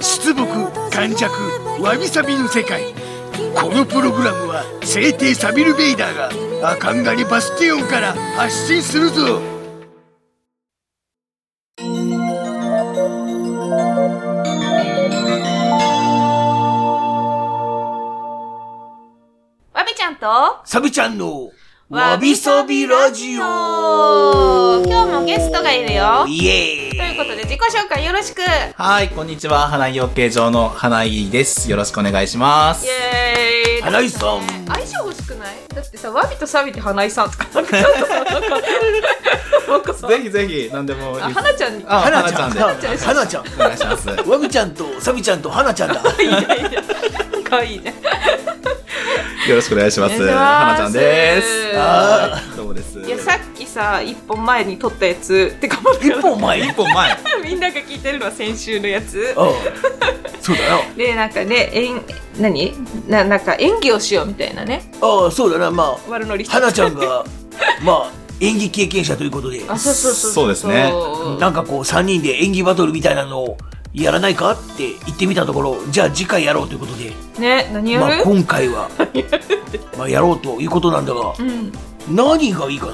出木感弱わびさびの世界このプログラムは聖帝サビル・ベイダーがアカンガリバスティオンから発信するぞわびちゃんと、サビちゃんのわびさびラジオ今日もゲストがいるよ。イエーイということで、自己紹介よろしくイはい、こんにちは。花井養鶏場の花井です。よろしくお願いします。エーイ花井さん相性欲しくないだってさ、わびとさびって花井さんとか、なんかちょっとさ、なんか、なんかさ、ぜひぜひ、何でもあ、花ちゃんに。 あ、花花ちちゃゃんんで。ちゃんです花ちゃんお願いします。 わびちゃんとサビちゃんと花ちゃんだいいね、いいね。かわいいね。よろしくお願いしまおす。願いし花ますちゃんです。あはいどうもです。いや、さっきさ、一本前に撮ったやつ、てか、待って一本前一本前。みんなが聞いてるのは先週のやつ。ああそうだなで、なんかね、えん、何な、なんか演技をしようみたいなね。ああそうだなま悪乗りしあて花ちゃんが まあ演技経験者ということであ、そうそうそう。そうですねなんかこう3人で演技バトルみたいなのをやらないかって言ってみたところじゃあ次回やろうということでね、何やまあ、る、今回 はまあやろうということなんだがうん。何がいいかな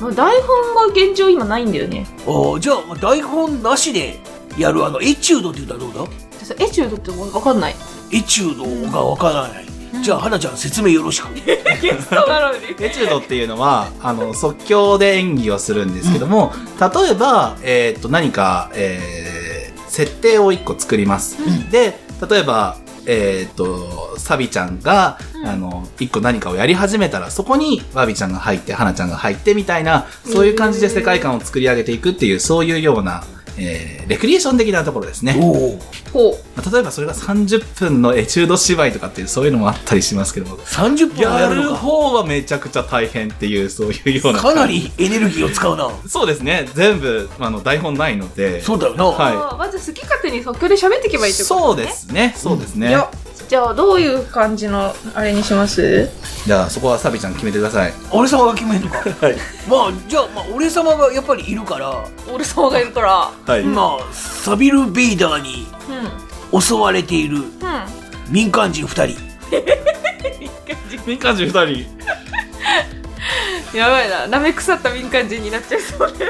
まあ台本が現状今ないんだよね。あーじゃあまあ台本なしでやるあのエチュードって言ったらどうだじゃあさエチュードってわかんない。エチュードがわからない、じゃあ花ちゃん説明よろしくゲスト なのに。エチュードっていうのは、あの、即興で演技をするんですけども、例えば、えーっと、何か、えー設定を一個作ります。で、例えば、えーっと、サビちゃんが、うんあの、一個何かをやり始めたら、そこに、ワビちゃんが入って、ハナちゃんが入って、みたいな、そういう感じで世界観を作り上げていくっていう、そういうような、えーレクリエーション的なところですね。おおこまあ例えばそれが30分のエチュード芝居とかっていうそういうのもあったりしますけども30分もややるるのか方はめちゃくちゃ大変っていうそういうようなかなりエネルギーを使うなそうですね全部あの台本ないのでそうだよな、う。はいあーまず好き勝手に即興で喋っていけばいいってことそうですねそうですね、じゃあじゃあどういう感じのあれにしますじゃあそこはサビちゃん決めてください俺様が決めるのかまあじゃあ,、まあ俺様がやっぱりいるから、俺様がいるから。はいまあサビル・ベイダーにうん。うん。襲われている民間人2人民間人2人やばいな。舐め腐った民間人になっちゃいそうで。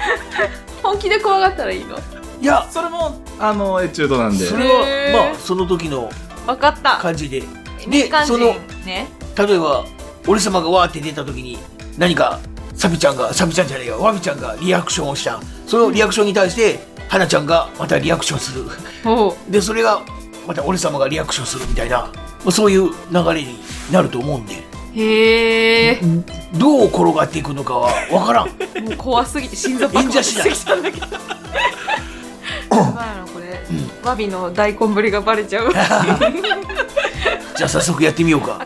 本気で怖がったらいいのいやそれもあのエチュードなんでそれへはーまあその時のわかった。感じで民間そ人のね。例えば俺様がわーって出た時に何かサビちゃんがサビちゃんじゃねえよワビちゃんがリアクションをしたそのリアクションに対して花ちゃんがまたリアクションする おうでそれがまた俺様がリアクションするみたいな、まあ、そういう流れになると思うんでへえ。どう転がっていくのかは分からん もう怖すぎて心臓バクバクしてきたんだけど。やばいなこれ。ワビの大根ぶりがバレ ちゃう。わかじゃあ早速やってみようかっ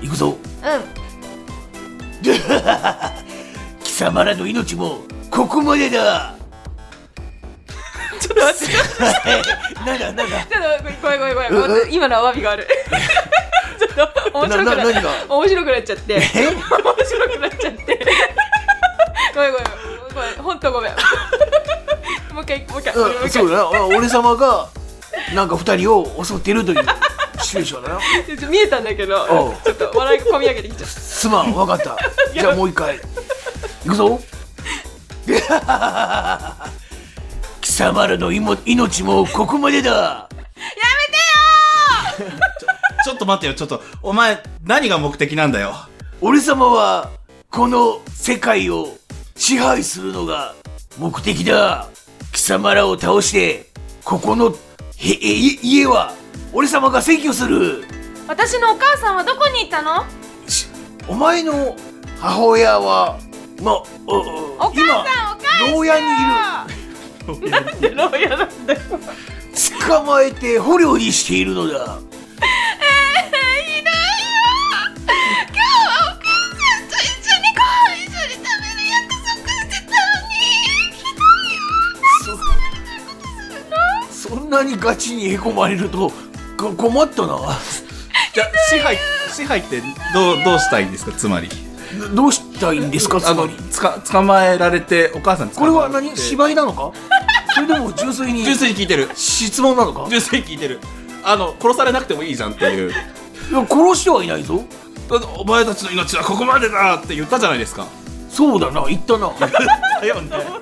行くぞた。うん。貴様らの命もここまでだちょっと待って。なんだなんだちょっと待ってごめんごめんごめんごめん待って。今のはワビが ある。ちょっと面白くななな何が面白くなっちゃって。面白くなっちゃって。ごめんごめんごめん。本当ごめん。もう一回もう一回。もううん一回そうだなあ俺様がなんか二人を襲ってるという シチュエーションだなちょっと見えたんだけどおう、ちょっと笑いが込み上げてきちゃった。すまん分かったじゃあもう一回いくぞ 貴様らのいも命もここまでだちょっと待ってよちょっとお前何が目的なんだよ俺様はこの世界を支配するのが目的だ貴様らを倒してここのへえい家は俺様が占拠する私のお母さんはどこにいたの？しお前の母親はまあおお母さんお母さん牢屋にいるなんで牢屋なんだよる捕まえて捕虜にしているのだいないよ今日はお母さんと一緒にご飯一緒に食べる約束してたのにひどいよそそんなにガチにへこまれるとこ困ったなじゃあ支配支配ってどうどうしたいんですかつまりどどうしたいんですかつあまのりつか捕まえられてお母さんに捕こまれえはられて何芝居なの かそれでも純粋に純粋に聞いてる質問なのか純粋に聞いてるあの殺されなくてもいいじゃんっていういや殺してはいないぞだってお前たちの命はここまでだって言ったじゃないですかそうだな言った なだよ面白いねなこれ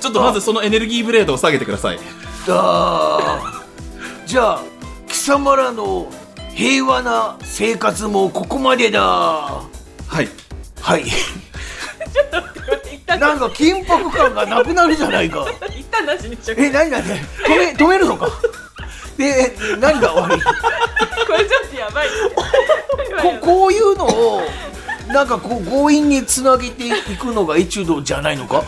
ちょっとまずそのエネルギーブレードを下げてくださいあーじゃあ貴様らの平和な生活もここまでだははい い一旦なんか緊迫感がなくなるじゃないか一旦なしにしちゃうえ何何何止め止めるのかでえ何が 悪いこれちょっとやばいここういうのをなんかこう強引につなげていくのがエチュードじゃないのか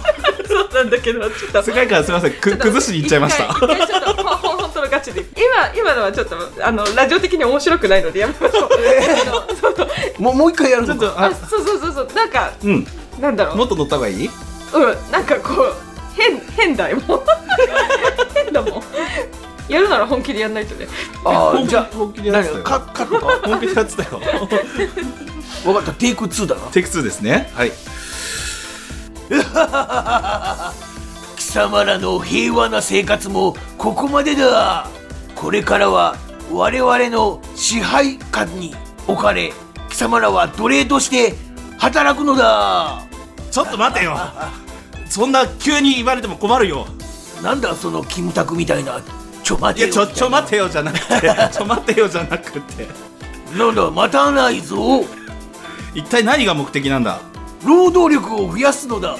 そうなんだけどちょっと世界観すみませんく崩しに行っちゃいました一回一回ちょっとほほ本当のガチで今今のはちょっとあのラジオ的に面白くないのでやめましょう、あのそうそうもうもう一回やるちょのっかとああそうそうそうそうなんかうんなんだろうもっと乗った方がいいうん、なんかこう変変だよもう変だもんやるなら本気でやんないとねあーじゃ本気であやってた何かよカットか本気でやってたよ 分かったテイク2だなテイク2ですねはい貴様らの平和な生活もここまでだこれからは我々の支配下に置かれ貴様らは奴隷として働くのだちょっと待てよそんな急に言われても困るよなんだそのキムタクみたいなちょい待てやよちょちょ待てよじゃなくてちょ待てよじゃなくててなんだ待たないぞ一体何が目的なんだ労働力を増やすのだ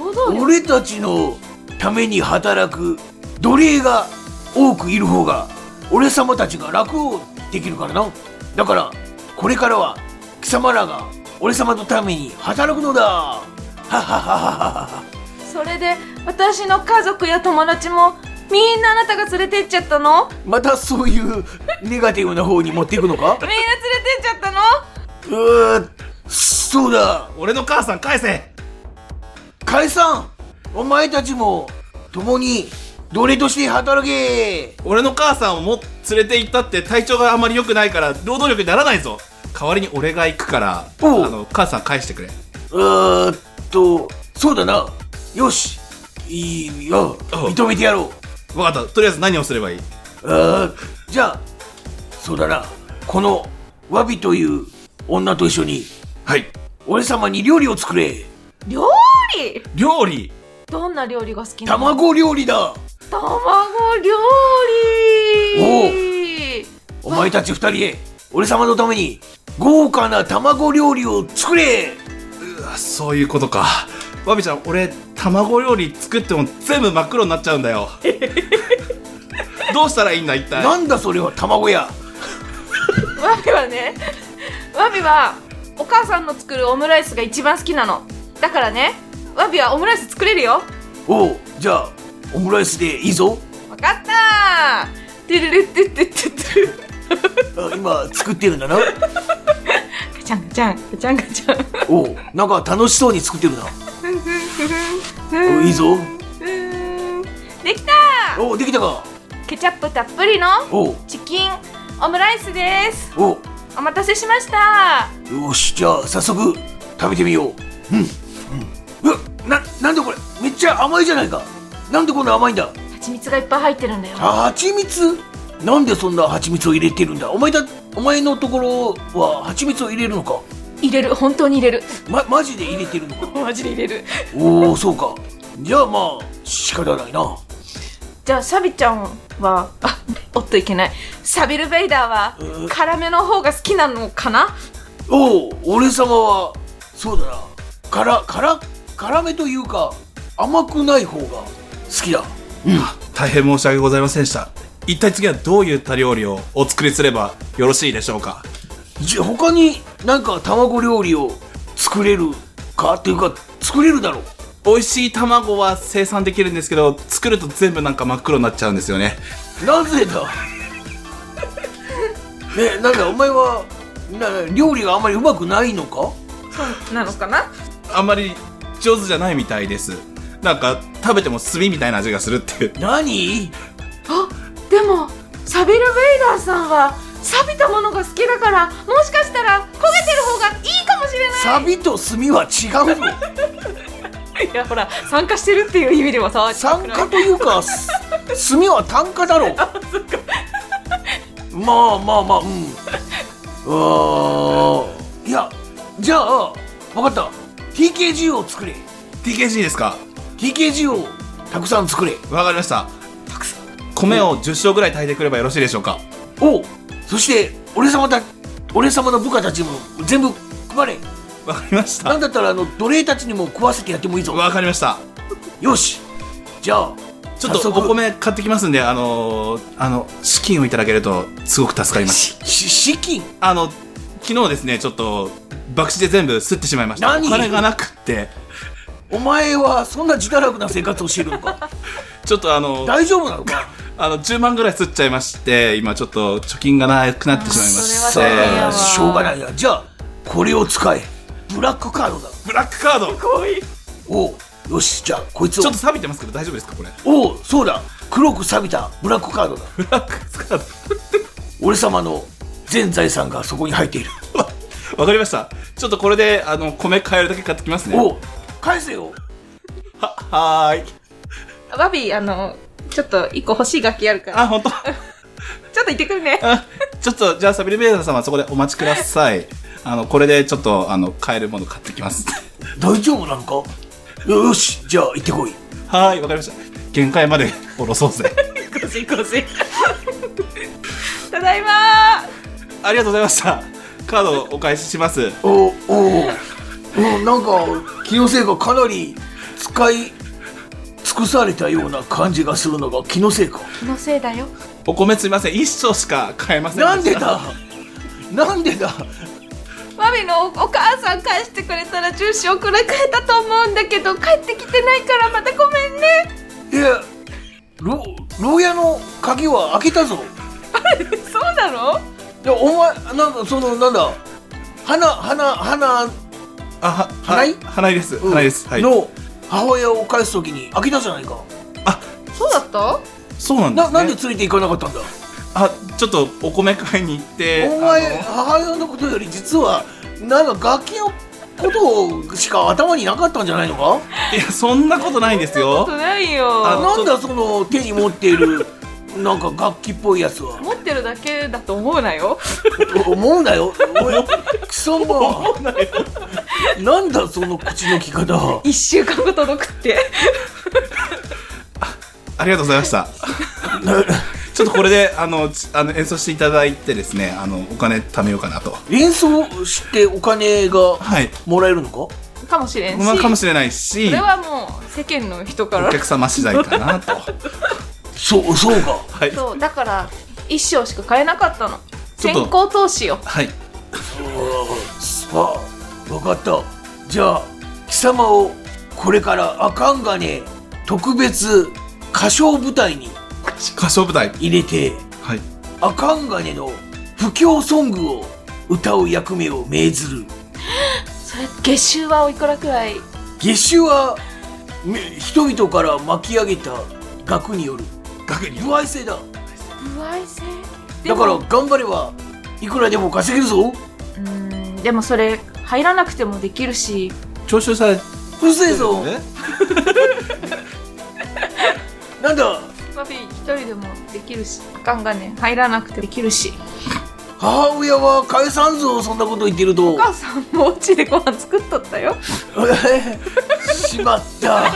労働力俺たちのために働く奴隷が多くいる方が俺様たちが楽をできるからなだからこれからは貴様らが俺様のために働くのだはっはっはっはそれで私の家族や友達もみんなあなたが連れてっちゃったのみんなまたそういうネガティブな方に持っていくのか連れてっちゃったのうーそうだ俺の母さん返せ解散お前たちも共に奴隷として働け俺の母さんをも連れて行ったって体調があまり良くないから労働力にならないぞ代わりに俺が行くからあおうの母さん返してくれうーっとそうだなよしいいよ認めてやろう分かったとりあえず何をすればいいあーじゃあそうだなこのワビという女と一緒にはい俺様に料理を作れ料理料理どんな料理が好きなの卵料理だ卵料理お前たち二人へ俺様のために豪華な卵料理を作れあそういうことかわびちゃん俺卵料理作っても全部真っ黒になっちゃうんだよどうしたらいいんだ一体なんだそれは卵屋わびはねわびはお母さんの作るオムライスが一番好きなのだからねわびはオムライス作れるよおうじゃあオムライスでいいぞわかったーてるるってってってってあ今作ってるんだなガチャンガチャンガチャンガチャンおうなんか楽しそうに作ってるなおういいぞうーんできたーおうできたかケチャップたっぷりのおうチキンオムライスですおうお待たせしましたよしじゃあ早速食べてみよううん、うん、うわななんでこれめっちゃ甘いじゃないかなんでこんな甘いんだ蜂蜜がいっぱい入ってるんだよあ蜂蜜なんでそんな蜂蜜を入れてるんだお前だお前のところは蜂蜜を入れるのか入れる本当に入れるまマジで入れてるのかマジで入れるおおそうかじゃあまあ仕方ないなじゃあサビちゃんはあおっといけないサビル・ベイダーはうん辛めの方が好きなのかなおお俺様はそうだな辛辛辛めというか甘くない方が好きだ大変申し訳ございませんでした一体次はどういった料理をお作りすればよろしいでしょうかじゃ他になんか卵料理を作れるかっていうか作れるだろう美味しい卵は生産できるんですけど作ると全部なんか真っ黒になっちゃうんですよねなぜだ ねなんだお前はな料理があんまりうまくないのかそうなのかなあんまり上手じゃないみたいですなんか食べても炭みたいな味がするっていう何あでもサビル・ベイダーさんは錆びたものが好きだからもしかしたら焦げてる方がいいかもしれサビと炭は違うのないいやほら酸化してるっていう意味では さ酸化というかす炭は炭化だろうまあまあまあうんあーいやじゃあ分かった TKG を作れ TKG ですか TKG をたくさん作れわかりました米を10升ぐらい炊いてくればよろしいでしょうかおうそして俺様た俺様の部下たちにも全部配れわかりましなたんだったらあの奴隷たちにも食わせてやってもいいぞわかりましたよしじゃあちょっと早お速米買ってきますんであのーあの資金をいただけるとすごく助かりますし資金あの昨日ですねちょっと博打で全部吸ってしまいましたお何金がなくってお前はそんな自堕落な生活をしているの かちょっとあの大丈夫なのかあの10万ぐらい吸っちゃいまして今ちょっと貯金がなくなってしまいましそれは大変やてわしょうがないやじゃあこれを使えブラックカードだブラックカードちおうよしじゃあこいつをょっと錆びてますけど大丈夫ですかこれ おうそうだ黒く錆びたブラックカードだブラックカー俺様の全財産がそこに入っているドわかりましたちょっとこれであの米買えるだけ買ってきますねおう返せよははーいバビーあのちょっと一個欲しい楽器あるからあ本当。ちょっと行ってくるねあちょっとじゃあサビルベーダー様はそこでお待ちくださいあのこれでちょっとあの買えるもの買ってきます 大丈夫なのかよよしじゃあ行ってこいはーいわかりました限界まで下ろそうぜ行こうぜ行こうぜ ただいまーありがとうございましたカードをお返ししますおうおうおうなんか気のせいかかなり使い尽くされたような感じがするのが気のせいか気のせいだよお米すいません一升しか買えませんなんでしただなんでだマミのお母さん返してくれたら住所送られえたと思うんだけど帰ってきてないからまたごめんね いやろ牢屋の鍵は開けたぞそうなのいやお前なんかそのなんだ花花花あは花井花井です、花井ですはいの母親を返すときに開けたじゃないかそうだったそうなんです、なね、なんで連れて行かなかったんだあちょっとお米買いに行ってお前あの母親のことより実はなんか楽器のことしか頭になかったんじゃないのかいやそんなことないんですよそう ないよあなんだその手に持ってい るなんか楽器っぽいやつは持ってるだけだと思うなよお思うなよおいクソもなんだその口の利き方 は一週間後届くってありがとうございましたなちょっとこれであのちあの演奏していただいてですねあのお金貯めようかなと演奏してお金がはいもらえるのかかもしれんし、まあ、かもこしれないしれはもう世間の人からお客様次第かなとそうそうかはいそうだから一生しか買えなかったのちょ先っと行投資よはいああ分かったじゃあ貴様をこれからアカンガネ特別歌唱舞台に歌唱舞台入れてはいアカンガネの不況ソングを歌う役目を命ずるそれ月収はおいくらくらい月収はめ人々から巻き上げた額による額に不愛制だ不愛性だから頑張ればいくらでも稼げるぞうーんでもそれ入らなくてもできるし徴収されうるせえぞね なんだマフィー一人でもできるしあかんがね入らなくてできるし母親は返さんぞそんなこと言ってるとお 母さんもお家でご飯作っとったよしまった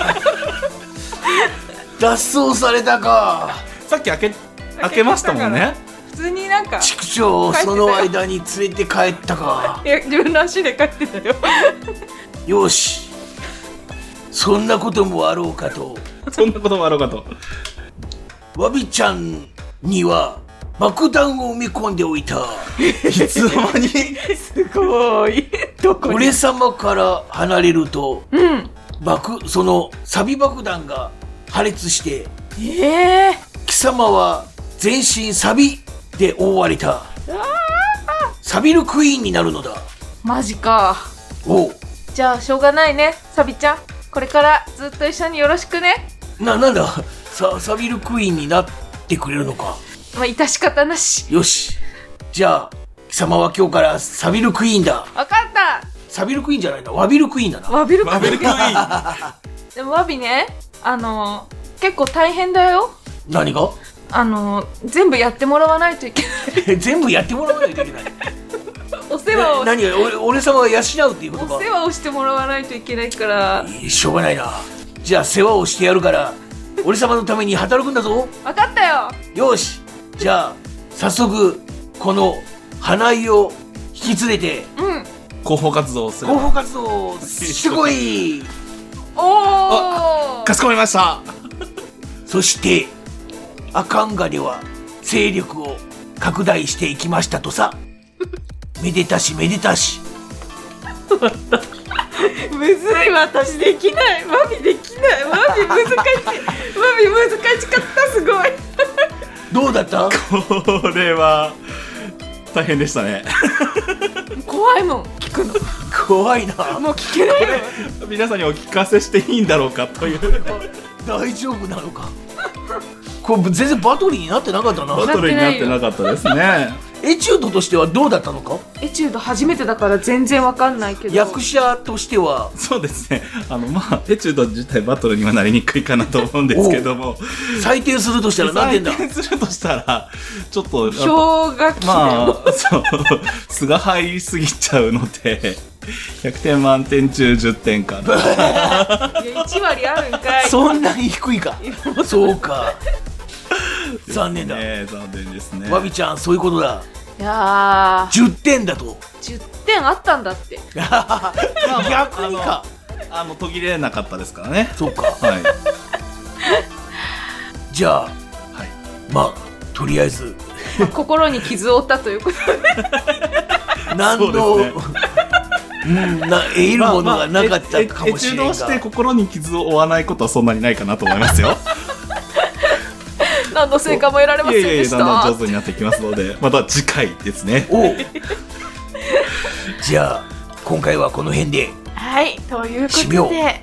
脱走されたかさっき開け開けましたもんね普通になんか畜生その間に連れて帰ったかいや自分の足で帰ってたよよしそんなこともあろうかとそんなこともあろうかとわびちゃんには爆弾を埋め込んでおいたいつの間に すごいどこ俺様から離れるとうん爆そのサビ爆弾が破裂してええ貴様は全身サビで覆われたサビルクイーンになるのだマジかおうじゃあしょうがないねサビちゃんこれからずっと一緒によろしくねななんださサビルクイーンになってくれるのかまあ致し方なしよしじゃあ貴様は今日からサビルクイーンだわかったサビルクイーンじゃないなワビルクイーンだなわびるバかベルクイーンでもわびねあの結構大変だよ何が あの全部やってもらわないといけない 全部やってもらわないといけないお世話を何俺俺様は養うっていうことおか世話をしてもらわないといけないからいいしょうがないなじゃあ世話をしてやるから俺様のために働くんだぞわかったよよしじゃあ早速この花井を引き連れてうん広報活動をする広報活動をしてこいおおかしこまりましたそしてアカンガでは勢力を拡大していきましたとさめでたしめでたしむずい私できないわびできないわび難しいわび難しかったすごいどうだったこれは大変でしたね怖いもん聞くの怖いなもう聞けないよ皆さんにお聞かせしていいんだろうかという大丈夫なのかこれ全然バトルになってなかったなバトルになってなかったですねエチュードとしてはどうだったのかエチュード初めてだから全然わかんないけど役者としてはそうですねあのまあエチュード自体バトルにはなりにくいかなと思うんですけども採点するとしたら何点だ採点するとしたらちょっと氷河期だよ、まあそう素が入りすぎちゃうので100点満点中10点かないや1割あるんかいそんなに低いかそうか残念だ、ね残念ですねわびちゃんそういうことだいやー10点だと10点あったんだって逆にかあの途切れなかったですからねそうかはいじゃあはいまあとりあえず心に傷を負ったということ何の,、そううでんな得るものがなかったかもしれんまあまあええエチュードがをして心に傷を負わないことはそんなにないかなと思いますよ何の成果も得られませんいやいやでいしやだんだたん上手になってきますのでまた次回ですねおうじゃあ今回はこの辺ではいというこしよとうで、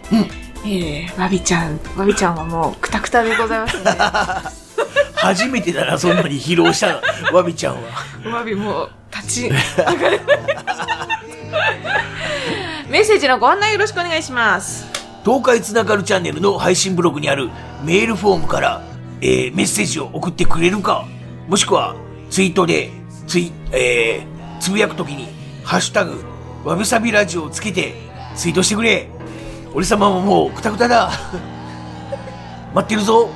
えー、わびちゃんわびちゃんはもうクタクタでございますの初めてだなそんなに疲労したわびちゃんはでわびもう立ち上がるメッセージのご案内よろしくお願いします東海つながるチャンネルの配信ブログにあるメールフォームから、えーメッセージを送ってくれるか、もしくはツイートでツイ、えーつぶやくときに、ハッシュタグ、わびさびラジオをつけてツイートしてくれ。俺様ももうくたくただ。 待ってるぞ。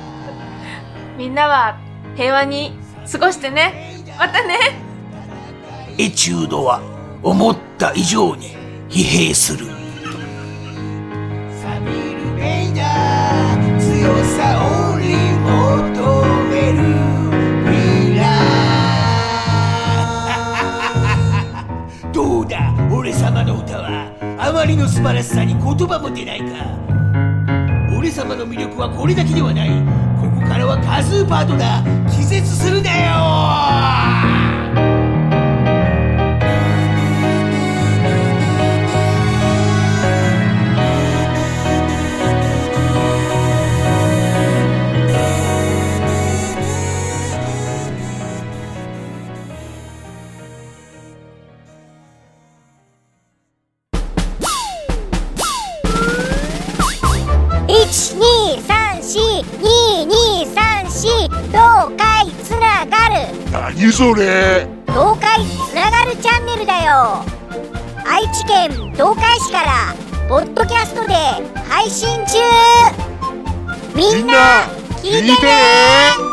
みんなは平和に過ごしてねまたねエチュードは思った以上に疲弊する。サビルメイダー強さをリ求める未来 どうだ俺様の歌はあまりの素晴らしさに言葉も出ないか俺様の魅力はこれだけではないここからはカズーパートだ気絶するなよ12342234東海つながる何それ東海つながるチャンネルだよ愛知県東海市からポッドキャストで配信中みんな聞いてね